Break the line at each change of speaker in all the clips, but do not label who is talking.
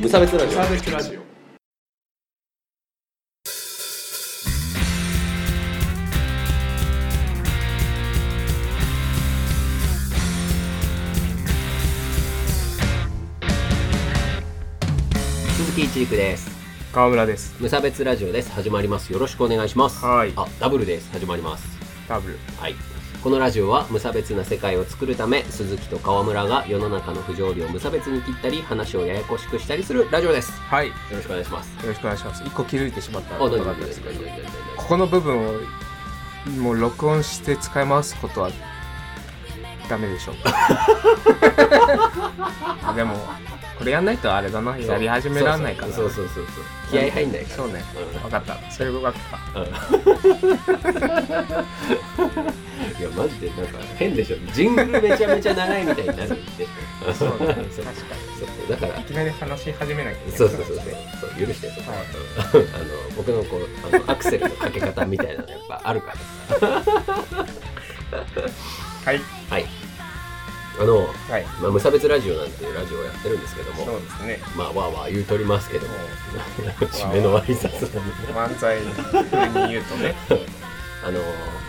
無差別ラジオ
サーベスラジオ
鈴木一陸です
川村です
無差別ラジオです始まりますよろしくお願いします
はい
あダブルです始まります
ダブル
はいこのラジオは無差別な世界を作るため鈴木と川村が世の中の不条理を無差別に切ったり話をややこしくしたりするラジオですよ
はいよ
ろしくお願いします
ろしくお願いします一個気づいてしまった
あ
こ
大丈
と
夫
があった
大
ん
丈
です
夫大
けど
丈夫大丈
ここの部分をもう録音して使い回すことはダメで しょうかでもこれやんないとあれだな
夫
やり始めらんないから
そうそうそうそう気合入んないから
そうね分かったそういうわけか
いやマジでなんか変でしょジングルめちゃめちゃ長いみたいになるんで
そうね確
そうそ
か
うそうだから
にいきなり話し始めなきゃいけない
そうそうそうそうそう許してそこはあの僕のこうあのアクセルのかけ方みたいなのやっぱあるから
はい
はいあの、
はい
まあ、無差別ラジオなんていうラジオをやってるんですけど
そ
も
うですね
まあわーわー言うとりますけども締めの挨拶なのに
漫才風に言うとね
あの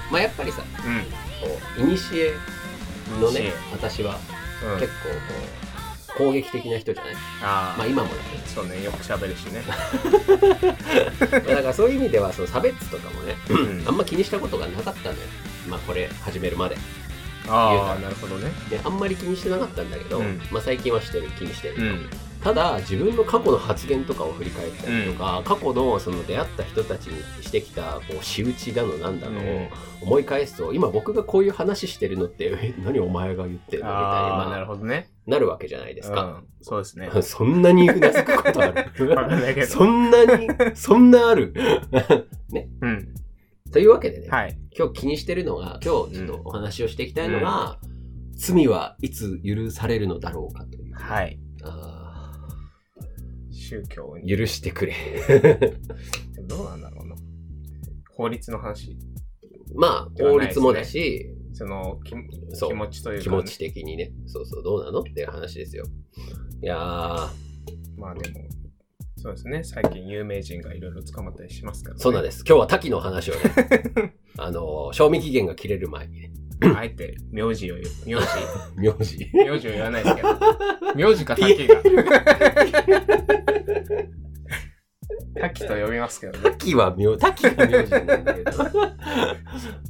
まあやっぱりさ
う
こういにしえ のね
古
私は
ん、うん
結、構こう攻撃的な人じゃない
あー
まあ今もだ
そうねよく喋るし ね
けどだからそういう意味ではその差別とかもね
うん
あんま気にしたことがなかったのよまあこれ始めるまで
ああなるほどね
であんまり気にしてなかったんだけど、
うん
まあ、最近はしてる気にしてる、
うん
ただ自分の過去の発言とかを振り返ったりとか、過去のその出会った人たちにしてきたこう仕打ちだのなんだの
うん
を思い返すと、今僕がこういう話してるのって え何お前が言ってるのみたい
ああ
な
なるほどね
なるわけじゃないですか、
うん、そうですね
そんなにうなずくことあ
わかん
る
ないけど
そんな にそんなある
うん
というわけでね、
はい
今日気にしてるのが今日ちょっとお話をしていきたいのが、罪はいつ許されるのだろうかという
はい
あ
宗教に
ー許してくれ
どうなんだろうな法律の話
まあ
では
法
ないで
律
すね
もだし、
そのき
そう
気持ちというか
気持ち的にねそうそうどうなのっていう話ですよいやー
まあでもそうですね最近有名人がいろいろ捕まったりしますから、ね、
そうなんです今日は滝の話をね あのー賞味期限が切れる前にね
あえて名字を言う名字
名字
名字を言わないですけど名字か滝 が滝と呼びますけどね
滝は名 滝が名字なんだけど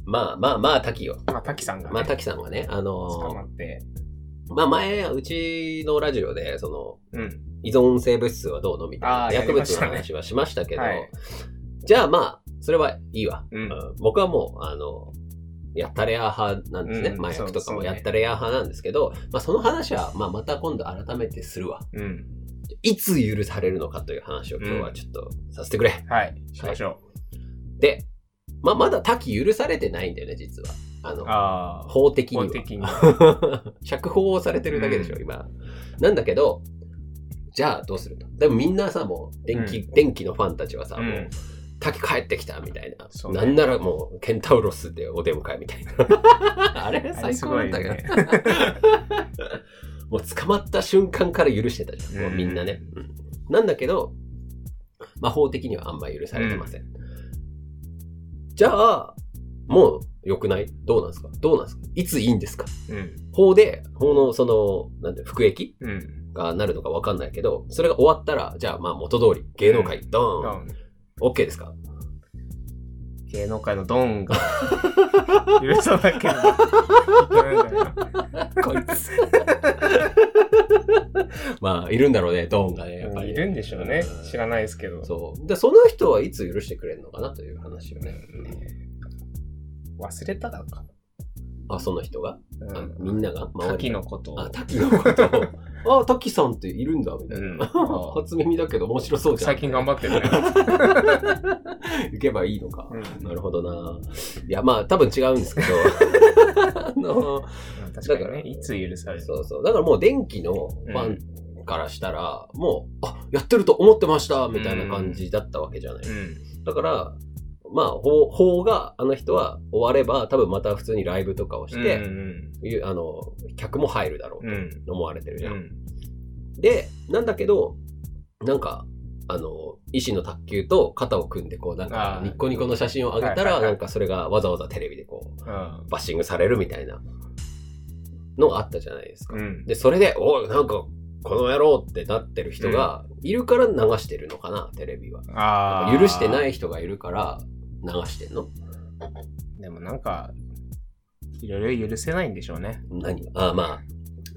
まあまあまあ滝よ
まあ滝さんが、ね
まあ滝さんはねあ
捕ま
の
って
ーまあ前うちのラジオでその
うん
依存性物質はどうのみた
あー
いな
や
薬
り
物
まし
の
たね
話はしましたけど、
はい
じゃあまあそれはいいわ、
う
うんん僕はもうあのやったれア派なんですね、
うん
麻薬とか
そうそ
も
うね
やったれア派なんですけど、まあ、その話は、まあ、また今度改めてするわ
うん
いつ許されるのかという話を今日はちょっとさせてくれ、
はいしましょ
で、まあ、まだ滝許されてないんだよね実はあ
う、
の
ああ
法的には
法的に
釈放をされてるだけでしょ、
うん
今なんだけどじゃあどうするとでもみんなさもう電気、電気のファンたちはさ、
う
もうん滝帰ってきたみたいな、
そうね
なんならもうケンタウロスでお出迎えみ たいなあれ
あれ
最
す
高
ご
だっ
い
たけど、
ね
もう捕まった瞬間から許してたじゃん、もうみんなね、うんなんだけど、まあ、法的にはあんま許されてません、じゃあもう良くないどうなんですかどうなんですかいついいんですか
うん
法で法のそのなんて服役
うん
がなるのか分かんないけどそれが終わったらじゃあまあ元通り芸能界ド
ド
ーン
ン
OK ですか
芸能界のドン が許さなければいけないんだよな
こいつ。まあ、いるんだろうね、ドーンがね、やっぱり。
いるんでしょうね
ん
知らないですけど
そう。で、その人はいつ許してくれるのかなという話をね。
忘れただか
あ、その人が、
な、
あ
うん、
みんなが周
滝
り
のことを
あ、滝のことを。あ、滝さんっているんだ、みたいな。
うん、
初耳だけど面白そうじゃん。
最近頑張ってるね、
行けばいいのか。
うん
なるほどな。いや、まあ、多分違うんですけど。あの、
確かに
だから
ねいつ許される
そうそう。だからもう電気のファンからしたら、もう、あ、やってると思ってましたみたいな感じだったわけじゃない。
うん
だから、まあ、法法があの人は終われば、多分また普通にライブとかをして、
うん
いうあの客も入るだろう
うんうん
と思われてるじ
う
ゃん。
ん
で、なんだけど、なんか、あの、医師の卓球と肩を組んで、こう、なんか
あ、ー
ニッコニコの写真を上げた
はいはい
ら、
はい
なんかそれがわざわざテレビでこう、
うん。
バッシングされるみたいなのがあったじゃないですか。
うん。
で、それで、おい、なんか、この野郎ってなってる人がいるから流してるのかな、テレビは。
ああ。
許してない。人がいるから流してんの
でもなんか、いろいろ許せないんでしょうね。
何ああ、まあ、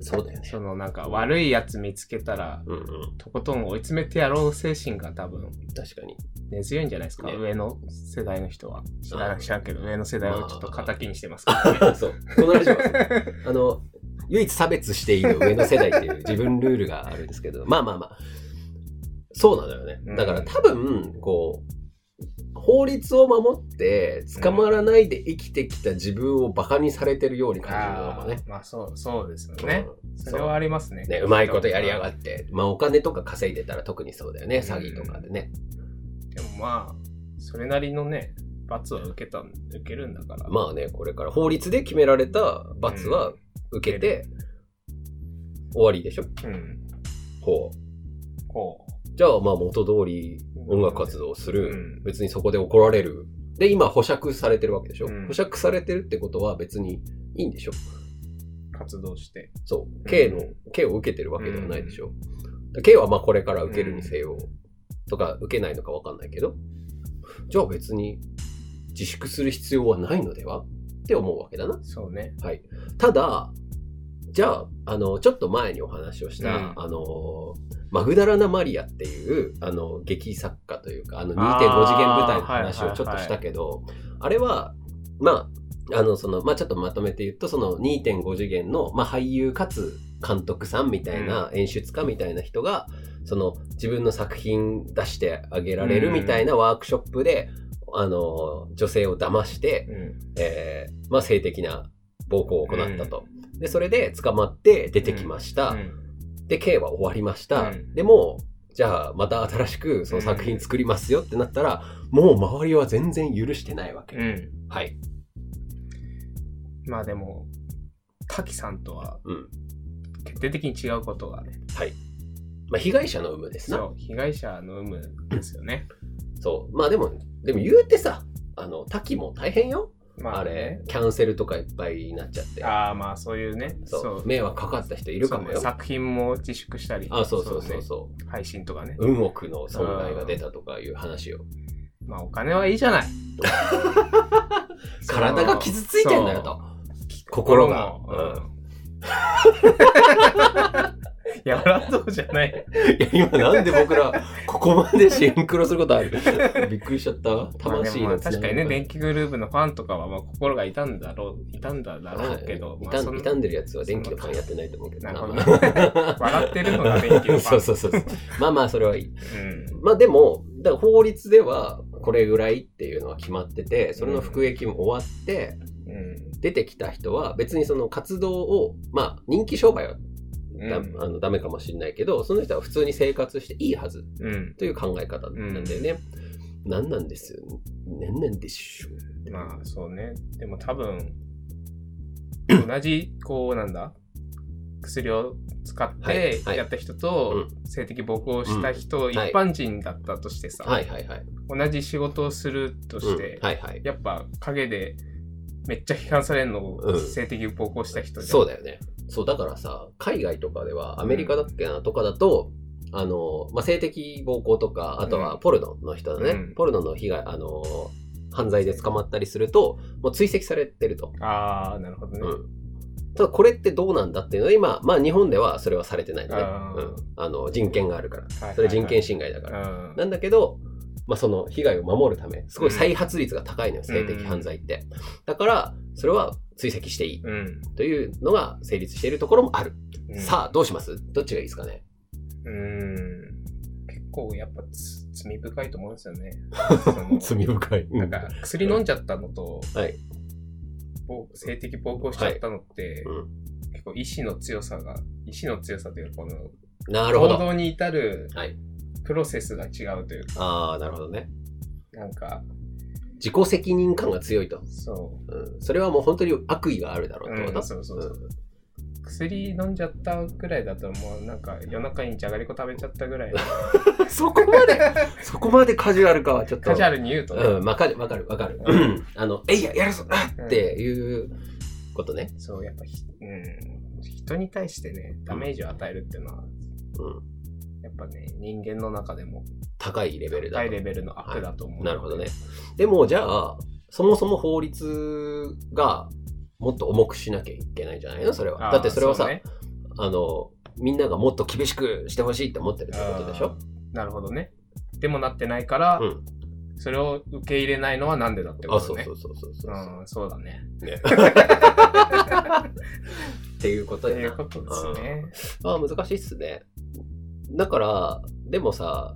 そうだよね。
そのなんか悪いやつ見つけたら、
うんうん。
とことん追い詰めてやろう精神が多分
確かに。
根強いんじゃないですか、
ね
上の世代の人は。知ら
あ
な
ー
知らんけど、上の世代はちょっと敵にしてますからね。
そう。このラジオはそうあの、唯一差別していいの上の世代っていう自分ルールがあるんですけど、 まあまあまあ、そうなのよね
う。ん
だから多分、こう、法律を守って捕まらないで生きてきた自分をバカにされてるように 感じるのかも
あー
ね。
まあそう、そうですよね。
うん
それはありますね。
ね、うまいことやりやがって。まあお金とか稼いでたら特にそうだよね。詐欺とかでね。
でもまあ、それなりのね、罰は受けたん、受けるんだから。
まあね、これから法律で決められた罰は受けて終わりでしょ。
うん。
ほう。
こ
じゃあ、まあ、元通り音楽活動をする。
うん
別にそこで怒られる。で、今、保釈されてるわけでしょ、
うん
保釈されてるってことは別にいいんでしょ
う、活動して。
そう。刑の、刑を受けてるわけではないでしょ、刑はまあ、これから受けるにせよ。とか、受けないのかわかんないけど。じゃあ、別に自粛する必要はないのではって思うわけだな。
そうね。
はい。ただ、じゃあ、あの、ちょっと前にお話をした、
うん
あの、マグダラナ・マリアっていう、あの、劇作家というか、あの、
あー
2.5次元舞台の話
はいはいは
を
い
ちょっとしたけど、あれは、まあ、あの、その、まあ、ちょっとまとめて言うと、その2.5次元の、まあ、俳優かつ監督さんみたいな、演出家みたいな人が、その、自分の作品出してあげられるみたいなワークショップで、あの、女性を騙して、
うん。
えーまあ、性的な暴行を行ったと。で、それで捕まって出てきました。
うん
で、刑は終わりました。
うん
でも、じゃあまた新しくその作品作りますよってなったら、もう周りは全然許してないわけ。
うん。
はい。
まあでも、滝さんとは
うん。
決定的に違うことがね。
まあ、被害者の有無ですな。そう
そう、被害者の有無ですよね。
まあでも、でも言うてさ、あの、滝も大変よ。
ま
あ
あね、
れ、キャンセルとかいっぱいになっちゃって。
ああ、まあそういうね。
そう迷惑かかった人いるかも
そうね
よ。
作品も自粛したり。
あ、そうそうそう
ね
そう。
配信とかね。
運億の損害が出たとかいう話を。
まあお金はいいじゃない。
体が傷ついてんだよと。心が。
うん。 やらんとうじゃない。
いや、今なんで僕ら、ここまでシンクロすることある びっくりしちゃった。魂
ま
の
あでもまあ確かにね、電気グループのファンとかはまあ心が痛んだろう、痛んだだろうけど、まあ
傷
そ
ん
の
傷んでるやつは電気のパンやってないと思うけど
な
な。
るほど
ま
ね
あ
笑ってるのが電気のファ ン。
そうそうそうそう。まあまあ、それはいい。
うん。
まあでも、だから法律ではこれぐらいっていうのは決まってて、それの服役も終わって、出てきた人は別にその活動を、まあ人気商売はだ、
うん
あのダメかもしれないけど、その人は普通に生活していいはず
うん。
という考え方なんだよね。なん、なんですよ。なんなんでしょう。
うん。まあそうね。でも多分、同じ、こうなんだ、薬を使っ
はい
て
はい
やった人と性的暴行をした人、
ん
一
はい
般人だったとしてさ、
はいはいはい。
同じ仕事をするとして、
うんはいはい。
やっぱ陰でめっちゃ批判されるのを
うん
性的暴行した人じゃん
そうだよね。そう、だからさ、海外とかでは、アメリカだっけな、とかだと、あの、まあ、性的暴行とか、あと
う
は
ん
ポルノの人だね。
うん
ポルノの被害、あの、犯罪で捕まったりすると、もう追跡されてると。
ああなるほどね、
うんただこれってどうなんだっていうのは今、まあ日本ではそれはされてないのね。
あー
うんあの人権があるから。
はい
それ人権侵害だから。
うん
なんだけど、まあ、その被害を守るため、すごい再発率が高いのよ、性的犯罪って。だから、それは追跡していい
うん
というのが成立しているところもある。
うん
さあ、どうしますどっちがいいですかね
うん結構やっぱつ罪深いと思うんです よねその
罪深い。
なんか薬飲んじゃったのと、
はい
暴性的暴行しちゃったのって、
はいうん
結構意志の強さが意志の強さというかこの
なるほ
行
ど。
動に至る
はい
プロセスが違うというか、
ああ、なるほどね。
なんか
自己責任感が強いと。
そう
うん、それはもう本当に悪意があるだろうってこと、
うんそうそうそう
うん
薬飲んじゃったぐらいだともうなんか夜中にじゃがりこ食べちゃったぐらい
そこま で、そこまでカジュアルかはちょっと。
カジュアルに言うとね、
うん、わかる、わかる、わかる。うんあの、えいや、やるぞあっていうことね。
そうやっぱひ、うん、人に対してねダメージを与えるっていうのは
うん、
やっぱね人間の中でも
高いレベルだ
高
と
いレベルの悪だと思う、
なるほどね。でも、じゃあ、そもそも法律がもっと重くしなきゃいけないんじゃないのそれは。
あー
だってそれはさ、
うね
あの、みんながもっと厳しくしてほしいって思ってるってことでしょ
あーなるほどねでもなってないから、
うん。
それを受け入れないのはなんでだってこ
あ、
と
そう
ね
そうそうそうそう。
うんそうだね
ねっていうこと
と
で
いう
な
こ。とですね
あー難しいっすね。だから、でもさ、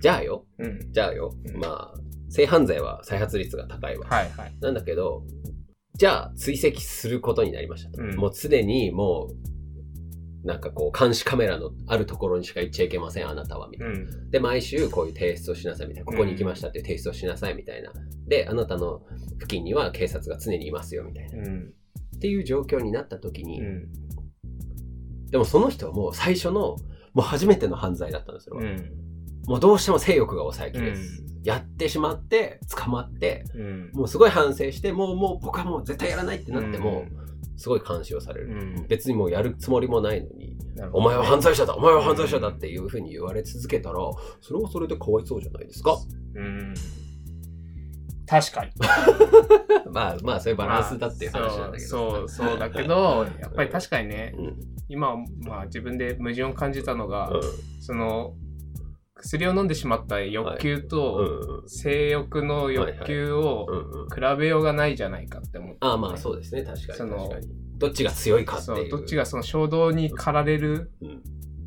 じゃあよ、
うん
じゃあよ、
うん
まあ、性犯罪は再発率が高いわ。
はいはい
なんだけど、じゃあ追跡することになりましたと。
うん
もう常にもう、なんかこう監視カメラのあるところにしか行っちゃいけません、あなたは、みた
う
いな。
ん
で、毎週こういう提出をしなさい、みたいな。ここに行きましたっていう提出をしなさい、みたいな。で、あなたの付近には警察が常にいますよ、みたいな。
うん
っていう状況になった時に、
うん
でもその人はもう最初の、もう初めての犯罪だったんですよ。
うん
もうどうしても性欲が抑えきれず、やってしまって、捕まって、
うん
もうすごい反省して、もうもう僕はもう絶対やらないってなっても、
う
すごい監視をされ
ん
る。
うん
別にもうやるつもりもないのに、
なるほ
お
ど
前は犯罪者だお前は犯罪者だっていうふうに言われ続けたら、それはそれでかわいそうじゃないですか
うん確かに
まあまあ、そういうバランスだっていう話なんだけどさ。
まあそうそうそうだけどやっぱり確かにね
うん。うん。
今まあ自分で矛盾を感じたのが、その薬を飲んでしまった欲求と、
うん。うん。
性欲の欲求を
うん。うん。
比べようがないじゃないかって思って、
ああまあそうですね、確か
そ
に
の
確かに。どっちが強いかって
そ
いうう。
どっちがその衝動に駆られる
うん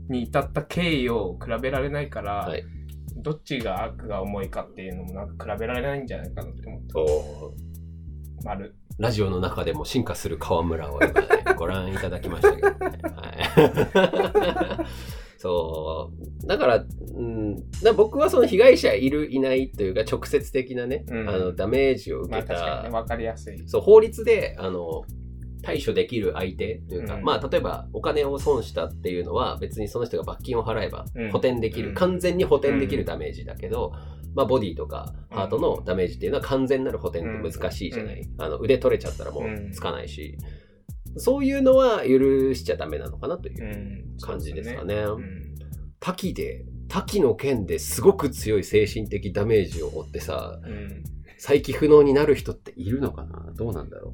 に至った経緯を比べられないから、
はい
どっちが悪が重いかっていうのもなんか比べられないんじゃないかなって思って
おー
丸
ラジオの中でも進化する河村を今ねご覧いただきましたけどね。はい、 そう。だから、うん、だから僕はその被害者いる、いないというか、直接的なね、
うん
あのダメージを受
まあ
けた、
確かにね分かりやすい
そう法律であの対処できる相手というか、
うん
まあ、例えばお金を損したっていうのは別にその人が罰金を払えば
うん
補填できる、
うん
完全に補填できるダメージだけど、まあ、ボディとかハートのダメージっていうのは完全なる補填って難しいじゃない、あの腕取れちゃったらもうつかないし、そういうのは許しちゃダメなのかなという
うん
感じですか
そう
ね。
すうん
滝で滝の剣ですごく強い精神的ダメージを負ってさ
うん
再起不能になる人っているのかなどうなんだろう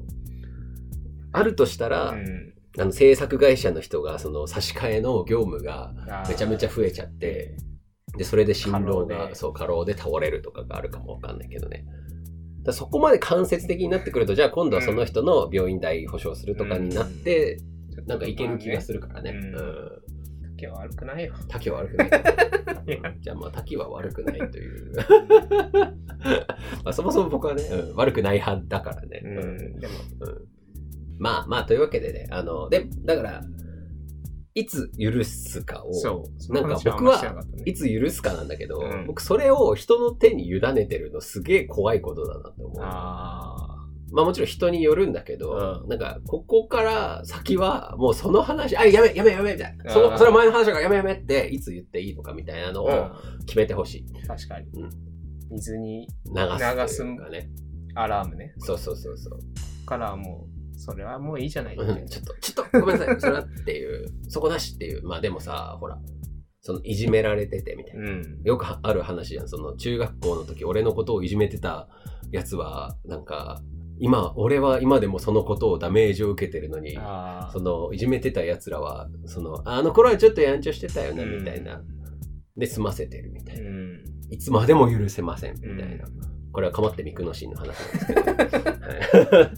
あるとしたら、
うん
あの制作会社の人がその差し替えの業務が
あー
めちゃめちゃ増えちゃってでそれで心労
過
が
労で
そう過労で倒れるとかがあるかもわかんないけどねだからそこまで間接的になってくるとじゃあ今度はその人の病院代保証するとかになって、
ちょっと
なんかいける気がするからね、
うん
うん、
まあね竹は悪くないよ
滝は悪くないけ
いや
どじゃあまあ滝は悪くないという まあそもそも僕はね、うん悪くない派だからね、う
う
ん
んでも
まあまあ、というわけでね、あの、で、だから、いつ許すかを、
そうそ
な
の
んか
話はあ
僕
ましてなか
は
ったね
いつ許すかなんだけど、
うん
僕それを人の手に委ねてるのすげえ怖いことだなって思う。
あ
まあもちろん人によるんだけど、
う
なんかここから先はもうその話、あ、やめやめやめみたいな。その
あー
それは前の話だからやめやめっていつ言っていいのかみたいなの
あ、
を決めてほしい。
うん確かに、
うん
水に
流すというかね。
アラームね
そうそうそうそう。
からはもうそれはもういいじゃないって、
うんちょっと、ちょっと、ごめんなさい、それはっていう、そこなしっていう、まあでもさ、ほら、そのいじめられててみたいな。
うん
よくはある話やん、その中学校の時、俺のことをいじめてたやつは、なんか、今、俺は今でもそのことをダメージを受けてるのに、
あ
そのいじめてたやつらは、その、あの頃はちょっとやんちゃしてたよね、
うん
みたいな。で、済ませてるみたいな。
うん
いつまでも許せません、みたいな。これはかまってみくのシーンの話なんですけど。 はい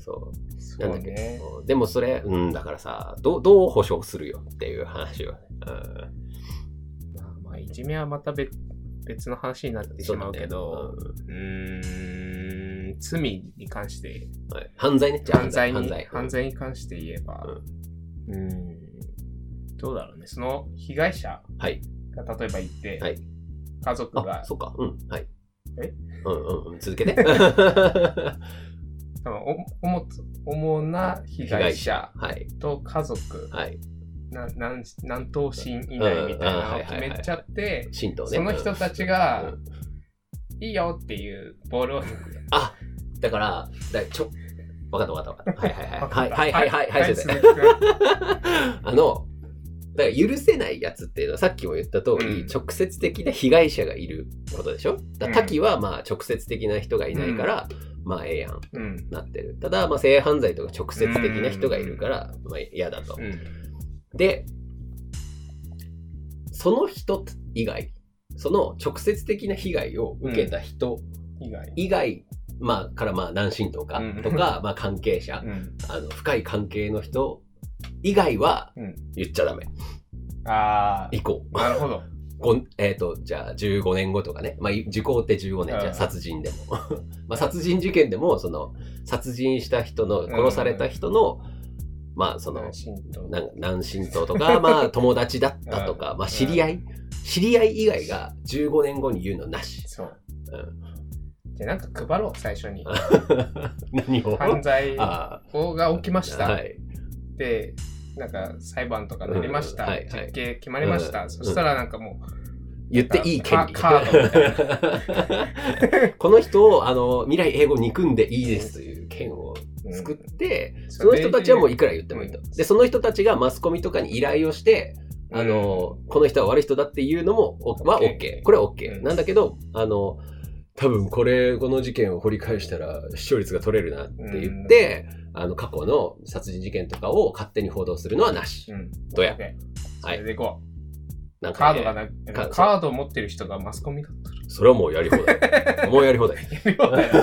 そう。
そ
なんだ
う
っけ
ね
でもそれ、うん、だからさ、どうどう保証するよっていう話を、
まあまあいじめはまた別別の話になっ
うん、
てしまうけど
そうだね
う,、ん罪に関して
うんはい犯罪ね、じゃあ
犯罪に
犯
犯
罪
罪
犯
に関して言えば
うん
うんどうだろうねその被害者
はい
が例えばいて、
はい
家族
うんあ、
が
そうか、うん、はい。
え
うんうんうん、続けて。
多分お主主な 被害者
はい。
と家族
はい。
な何何等身以内みたいなのを決めちゃって、
神道ね。
その人たち
う
が
ん、
いいよっていうボールを、
だから、だちょ、わかったわかったわか った。はいはいはい。はいはいはいはい、
はい、
先
鈴
生
木君
あの、だから許せないやつっていうのはさっきも言った通り、
うん
直接的な被害者がいることでしょだから
うん
滝はまあ直接的な人がいないから、まあええやん
うん。
なってる。ただまあ性犯罪とか直接的な人がいるから、まあ嫌だと
う。ん。
で、その人以外、その直接的な被害を受けた人
以外。
以外、まあからまあ南進とか
うん
とか、まあ関係者、
うん。
あの深い関係の人以外は
うん
言っちゃダメ。
あ
行こう。
あ、なる ほど。
ごんえっ、と、じゃあ15年後とかね。まあ、い時効って15年じ
う
ゃん
ん
殺人でも。 まあ、殺人事件でも、その、殺人した人の、殺された人の、まあ、その、
神道。
なん南神党と か、まあ、友達だったとか、
うん
まあ、知り合い、知り合い以外が15年後に言うのなし。
そう。
うん、
じゃあなんか配ろう、最初に。
何を
犯罪
あ
法が起きました。
はい。
で、なんか裁判とかなりました。
うんはいはい
実刑決まりました。
うん
そしたらなんかも
言っていい権利。
カカードみ
この人を、あの、未来英語憎んでいいですという権を
う、うん
作って、
そ
その人たちはもう
れ
いくら言ってもいいと
う。ん
で、その人たちがマスコミとかに依頼をして、
うん
あの、この人は悪い人だっていうのも、おは
OK
OK。これは
う
OK。
ん
なんだけど、あの、多分これ、この事件を掘り返したら視聴率が取れるなって言って、あの、過去の殺人事件とかを勝手に報道するのはなし。
うん。
どや。
それでいこ
なん
う。
か
カードが
ね、
な、
カード
カードを持ってる人がマスコミだっ
それはもうやり放題。もうやり放題。
たようだよ。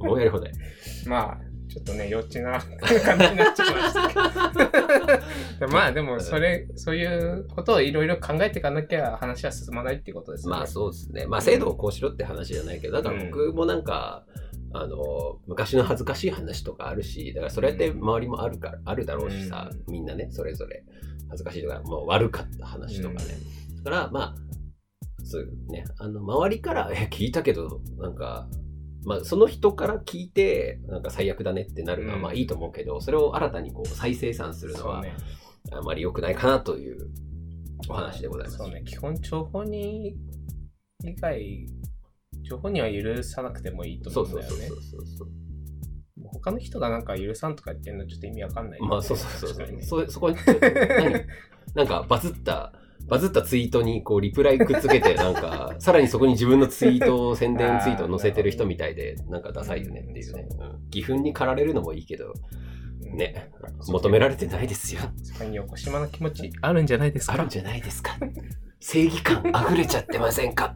もうやり放題。
まあ、ちょっとね、幼稚な感じになっちゃいま したけど。まあ、でも、それ、そういうことをいろいろ考えていかなきゃ話は進まないっていうことですね。
まあそうですね。まあ制度をこうしろって話じゃないけど、だから僕もなんか、あの、昔の恥ずかしい話とかあるし、だからそれって周りもあるから、あるだろうしさ、みんなね、それぞれ恥ずかしいとか、もう悪かった話とかね。だからまあ、そうね、あの、周りから、え、聞いたけど、なんか、まあ、その人から聞いて、なんか最悪だねってなるのは
うん
まあいいと思うけど、それを新たにこう再生産するの
そう
は
ね。
あまり良くないかなというお話でございます。
そうね、基本、情報に以外、情報には許さなくてもいいと
そ
思
う
うん
そう
だよ
そう
ね。
そうそう。
他の人がなんか許さんとか言ってるのちょっと意味わかんない、
まあそうそうそうそ
確かに
う。
ね
そそこに、 何なんかバズった、バズったツイートにこうリプライくっつけて、なん か、さらにそこに自分のツイートを、宣伝ツイートを載せてる人みたいで、なんかダサいよねっていうね。うん義憤に駆られるのもいいけど、ね、求められてないですよ。
そこに横島な気持ちあるんじゃないですか
あるんじゃないですか。正義感溢れちゃってませんか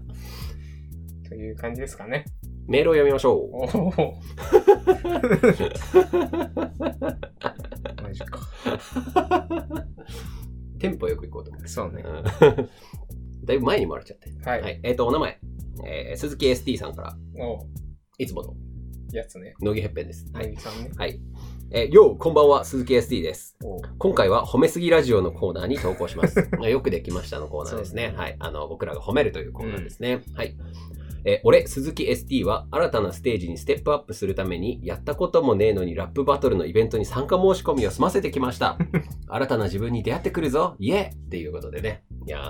という感じですかね。
メールを読みましょう。
お お。マジか。
テンポよく行こうと思
そうね。
う。うん だいぶ前にもらっちゃって。
はい。
はい。えっ、と、お名前。えー鈴木 ST さんから、
お
いつもの、
やつね。
乃木へっぺんです。は。
はいい。さんね。
はい。えー、よう、こんばんは、鈴木 SD です。
お
今回は褒めすぎラジオのコーナーに投稿し ます。まあよくできましたのコーナーですね。
そうですね
はい。あの、僕らが褒めるというコーナーですね。はい。えー俺、鈴木 ST は新たなステージにステップアップするために、やったこともねえのにラップバトルのイベントに参加申し込みを済ませてきま した。新たな自分に出会ってくるぞ、イエーっていうことでね。いやー、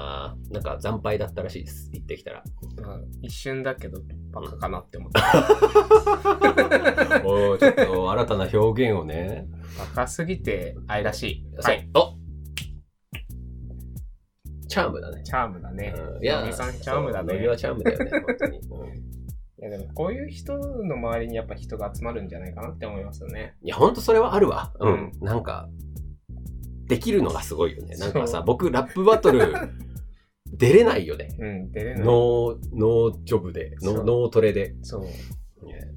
なんか惨敗だったらしいです。行ってきた ら。
まあ、一瞬だけど、バカかなって思 った。
おー、ちょっと新たな表現をね。
バカすぎて愛らしい。
そ
は
う
い。。
おチャームだね。
チャームだね。
うんい
乃木さんチャームだね
そう乃木はチャームだよね、本 当に。うん
いやでもこういう人の周りにやっぱ人が集まるんじゃないかなって思いますよね。
いや、本当それはあるわ。う
うん
ん。なんか、できるのがすごいよね。なんか
そ
さ、
う
僕、ラップバト ル、出れないよね。
うん、出れない。
ノー、ノージョブで、ノ
そ
ー
う
ノートレで。
そう。
ね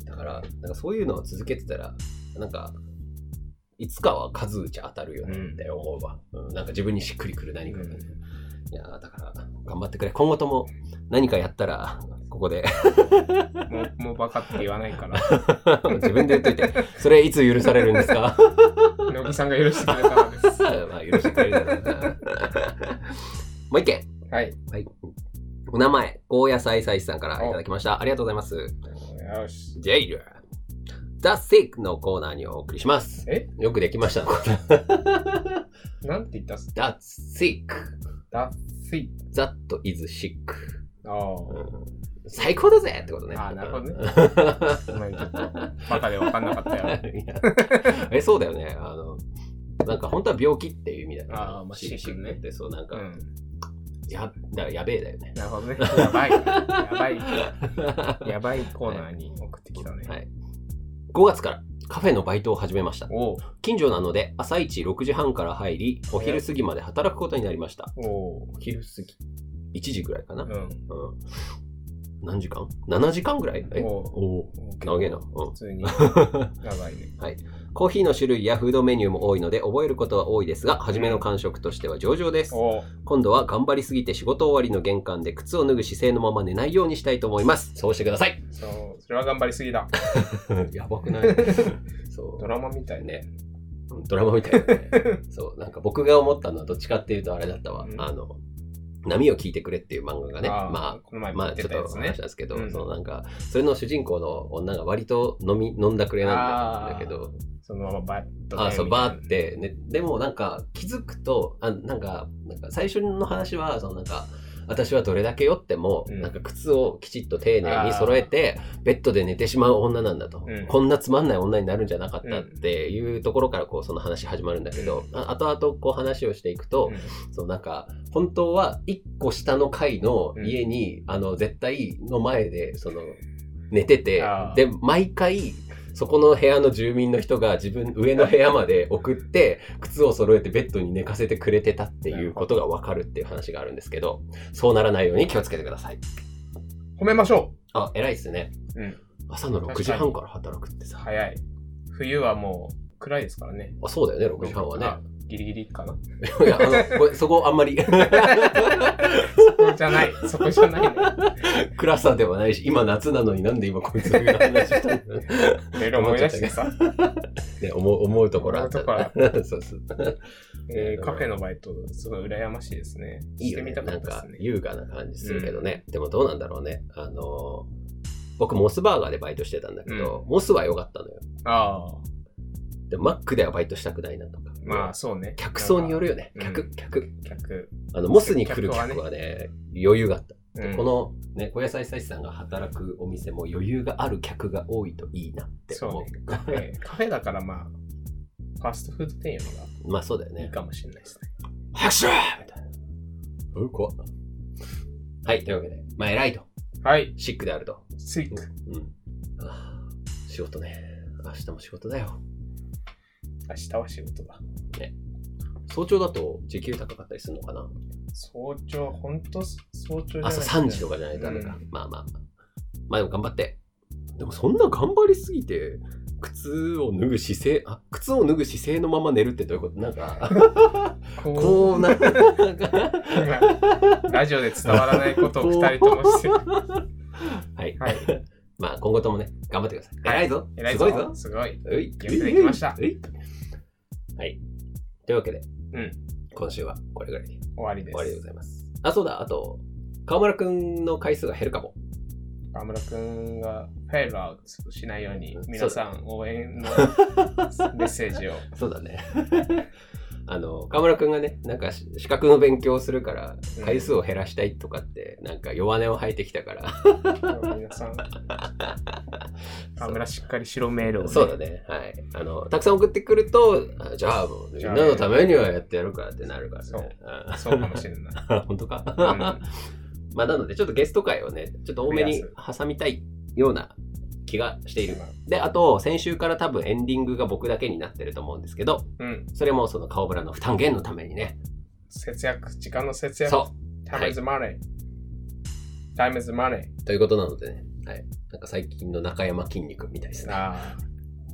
だから、なんかそういうのを続けてたら、なんか、いつかは数打ち当たるよねって思うわ。うんなんか自分にしっくりくる何かがね。いやーだから、頑張ってくれ。今後とも何かやったら、ここで
もう、もうバカって言わないから。
自分で言っといて、それいつ許されるんですか
乃木さんが許してくれたからです。
まあ許してくれるだろうな。もう一件。
はい。
はい。お名前、ゴーヤサイサイさんからいただきました。ありがとうございます。
よし。
ジェイル。ザ・セイクのコーナーにお送りします。
え
よくできました。
なんて言ったっす
ザ・セイク。
だすい。
ザ・とイズ・シック。
ああ。
最高だぜってことね。
あーなるほどね
ど
ごめんちょっとバカで分かんなかったよ。
ね。え、そうだよね。あの、なんか本当は病気っていう意味だよね。
あーまあシックね
シってそう、なんか、
うん。
や、だからやべえだよね。
なるほどね。やばい。やばい。やばいコーナーに送ってきたね。
はい。5月からカフェのバイトを始めました。
おう
近所なので朝一6時半から入り、お昼過ぎまで働くことになりました。
おう
お昼過ぎ ?1 時ぐらいかな、うん、
うん。
何時間 ?7 時間ぐらいえ
おう
おー長えな。うん
普 通に。長いね。
コーヒーの種類やフードメニューも多いので覚えることは多いですが、初めの感触としては上々です。
おう
今度は頑張りすぎて仕事終わりの玄関で靴を脱ぐ姿勢のまま寝ないようにしたいと思います。そうしてくださ い
そう、それは頑張りすぎだ。
やばくないそ
ドラマみたいね。
ね。ドラマみたいな、ね。 そう、なんか僕が思ったのはどっちかっていうとあれだったわ。
うん
あの、波を聞いてくれっていう漫画がね、
あー
まあ、
この前
ま
言
あ
っ
ち
て
ょった
や
と話
つ
したん
ね
で。すけど、
うん
そのなんかそれの主人公の女が割と飲み飲んだくれなんだ
あー
だけど
そのままバッとね。
あーそう
みた
バ
いな
ーっ。て、ね、でもなんか気づくとあなんかなんか最初の話はそのなんか私はどれだけ酔っても、
うん
なんか靴をきちっと丁寧に揃えてベッドで寝てしまう女なんだと、
うん
こんなつまんない女になるんじゃなかったっていうところからこうその話始まるんだけど、あ後々こう話をしていくと、
うん
そうなんか本当は一個下の階の家に、あの絶対の前でその寝てて
あー
で毎回そこの部屋の住民の人が自分上の部屋まで送って靴を揃えてベッドに寝かせてくれてたっていうことが分かるっていう話があるんですけどそうならないように気をつけてください
褒めましょ
あ偉いっすね
う。うん。
朝の6時半から働くってさ
早い。冬はもう暗いですからね。
あそうだよね6時半はね
あ。ギリギリかな。
いやあのこれそこあんまり
そこじゃない。そこじゃないね。
暗さではないし今夏なのになんで今こいつの話したんだ
いろいろ思い出して さ。
ね、思う思うところあった、ね、 そうそう
えーカフェのバイト、すごい羨ましいですね。
いいよ
して
ね
みたか
な
っ
ん
た
か
ですね。
優雅な感じするけどね、でもどうなんだろうねあのー僕モスバーガーでバイトしてたんだけど、モスは良かったのよ
ああ、
でもマックではバイトしたくないなとか
まあそうね。
客層によるよね
なんか
客、
うん
客
なんか。客。
あのモスに来る客はね
客
余裕があった、
うん
このね小野菜菜師さんが働くお店も余裕がある客が多いといいなって
そ
思
う
う
ね。カフェ、カフェだからまあ、ファーストフード店よりは
まあそうだよね
いいかもしれないですね。
拍手みたいな。うん、怖っはい、というわけで、まあ、偉いと。
はい、
シックであると。
スイック。
うん。あー仕事ね。明日も仕事だよ。
明日は仕事だ。
早朝だと時給高かったりするのかな
早朝、ほんと早朝じゃない
朝3時とかじゃないとダメか
う。
まあまあまあ。まあでも頑張って。でもそんな頑張りすぎて、靴を脱ぐ姿勢、あ、靴を脱ぐ姿勢のまま寝るってどういうことなん か、
こ
こう な、
う、今ラジオで伝わらないことを二人とも してる。
はい。
はい、
まあ今後ともね、頑張ってください。偉いぞ。
偉い
す
ぞ。
ごいぞ。
すごい。
はい。
よくできました
はい。はい。というわけで、
うん
今週はこれぐらいで
終わりで
終
す。
わりでございます。あ、そうだ、あと、河村くんの回数が減るかも。
河村くんがフェイルアウトしないように
うん
皆さん応援 のメッセージを
そうだね。 あの、河村くんがね、なんかし資格の勉強をするから
う、ん
回数を減らしたいとかって、なんか弱音を吐いてきたから。
皆さん河村しっかり白メールをね、
そうだね。はい。あの、たくさん送ってくると、あじゃあもう、みん
じゃ
な
あ
のためにはやってやるからってなるからね。
そうんそうかもしれ ない
あ本当か、まあなのでちょっとゲスト会をねちょっと多めに挟みたいような気がしているであと先週から多分エンディングが僕だけになってると思うんですけど
うん
それもその顔ぶらの負担減のためにね
節約時間の節約
そ
Time is money、Time is money
うということなのでねはいなんか最近の中山筋肉みたいですね
あ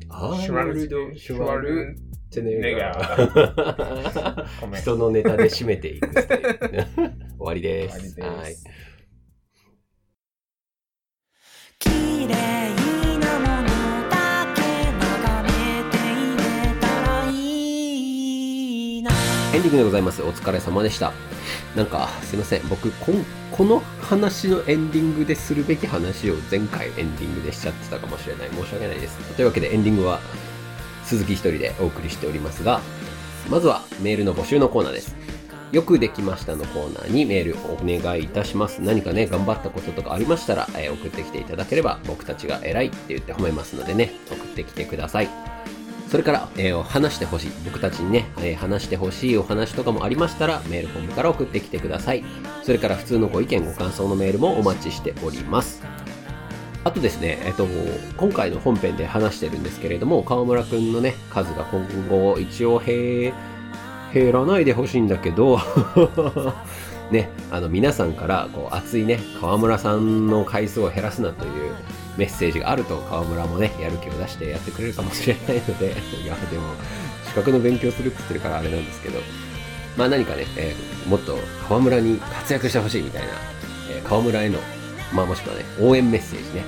ア
あシュワルツシュワル
ツェネッ ガー
ごめ ん
人のネタで締めていくスタイル 終わりです
終わりです
はい
綺麗なものだけ眺めていれたらいいな
エンディングでございます。お疲れ様でした。なんか、すいません。僕、こんこの話のエンディングでするべき話を前回エンディングでしちゃってたかもしれない。申し訳ないです。というわけでエンディングは鈴木一人でお送りしておりますが、まずはメールの募集のコーナーです。よくできましたのコーナーにメールお願いいたします。何かね、頑張ったこととかありましたら、えー送ってきていただければ僕たちが偉いって言って褒めますのでね、送ってきてください。それから、えー話してほしい、僕たちにね、えー話してほしいお話とかもありましたら、メールフォームから送ってきてください。それから、普通のご意見、ご感想のメールもお待ちしております。あとですね、えっと、今回の本編で話してるんですけれども、河村くんのね、数が今後、一応減、減らないでほしいんだけど、 ね、あの、皆さんから、こう、熱いね、河村さんの回数を減らすなというメッセージがあると、河村もね、やる気を出してやってくれるかもしれないので、 いや、でも、資格の勉強するって言ってるからあれなんですけど、まあ何かね、えーもっと河村に活躍してほしいみたいな、えー河村への、まあもしくはね、応援メッセージね、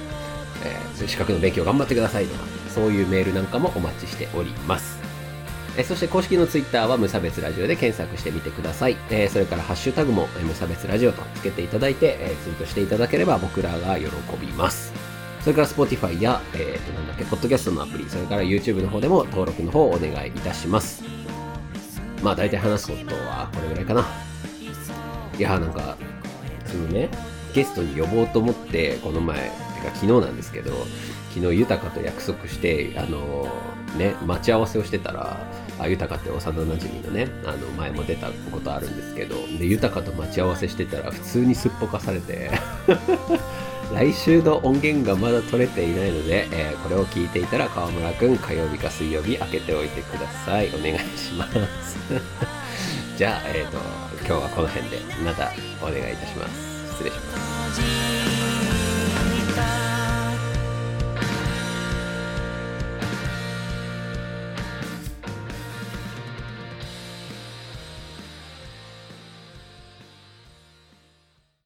えー資格の勉強頑張ってくださいとか、そういうメールなんかもお待ちしております。えーそして公式のツイッターは無差別ラジオで検索してみてください。えーそれからハッシュタグもえー無差別ラジオとつけていただいて、えーツイートしていただければ僕らが喜びます。それから Spotify や、えーと、なんだっけ、ポッドキャストのアプリ、それから YouTube の方でも登録の方をお願いいたします。まあ大体話すことはこれぐらいかな。いやーなんか、そのね、ゲストに呼ぼうと思って、この前、てか昨日なんですけど、昨日、豊かと約束して、あのーね、待ち合わせをしてたら、あ豊かって幼なじみのね、あの前も出たことあるんですけど、で豊かと待ち合わせしてたら、普通にすっぽかされて、来週の音源がまだ取れていないので、えーこれを聞いていたら川村くん火曜日か水曜日開けておいてくださいお願いします じゃあ、えー、と今日はこの辺でまたお願いいたします失礼します
「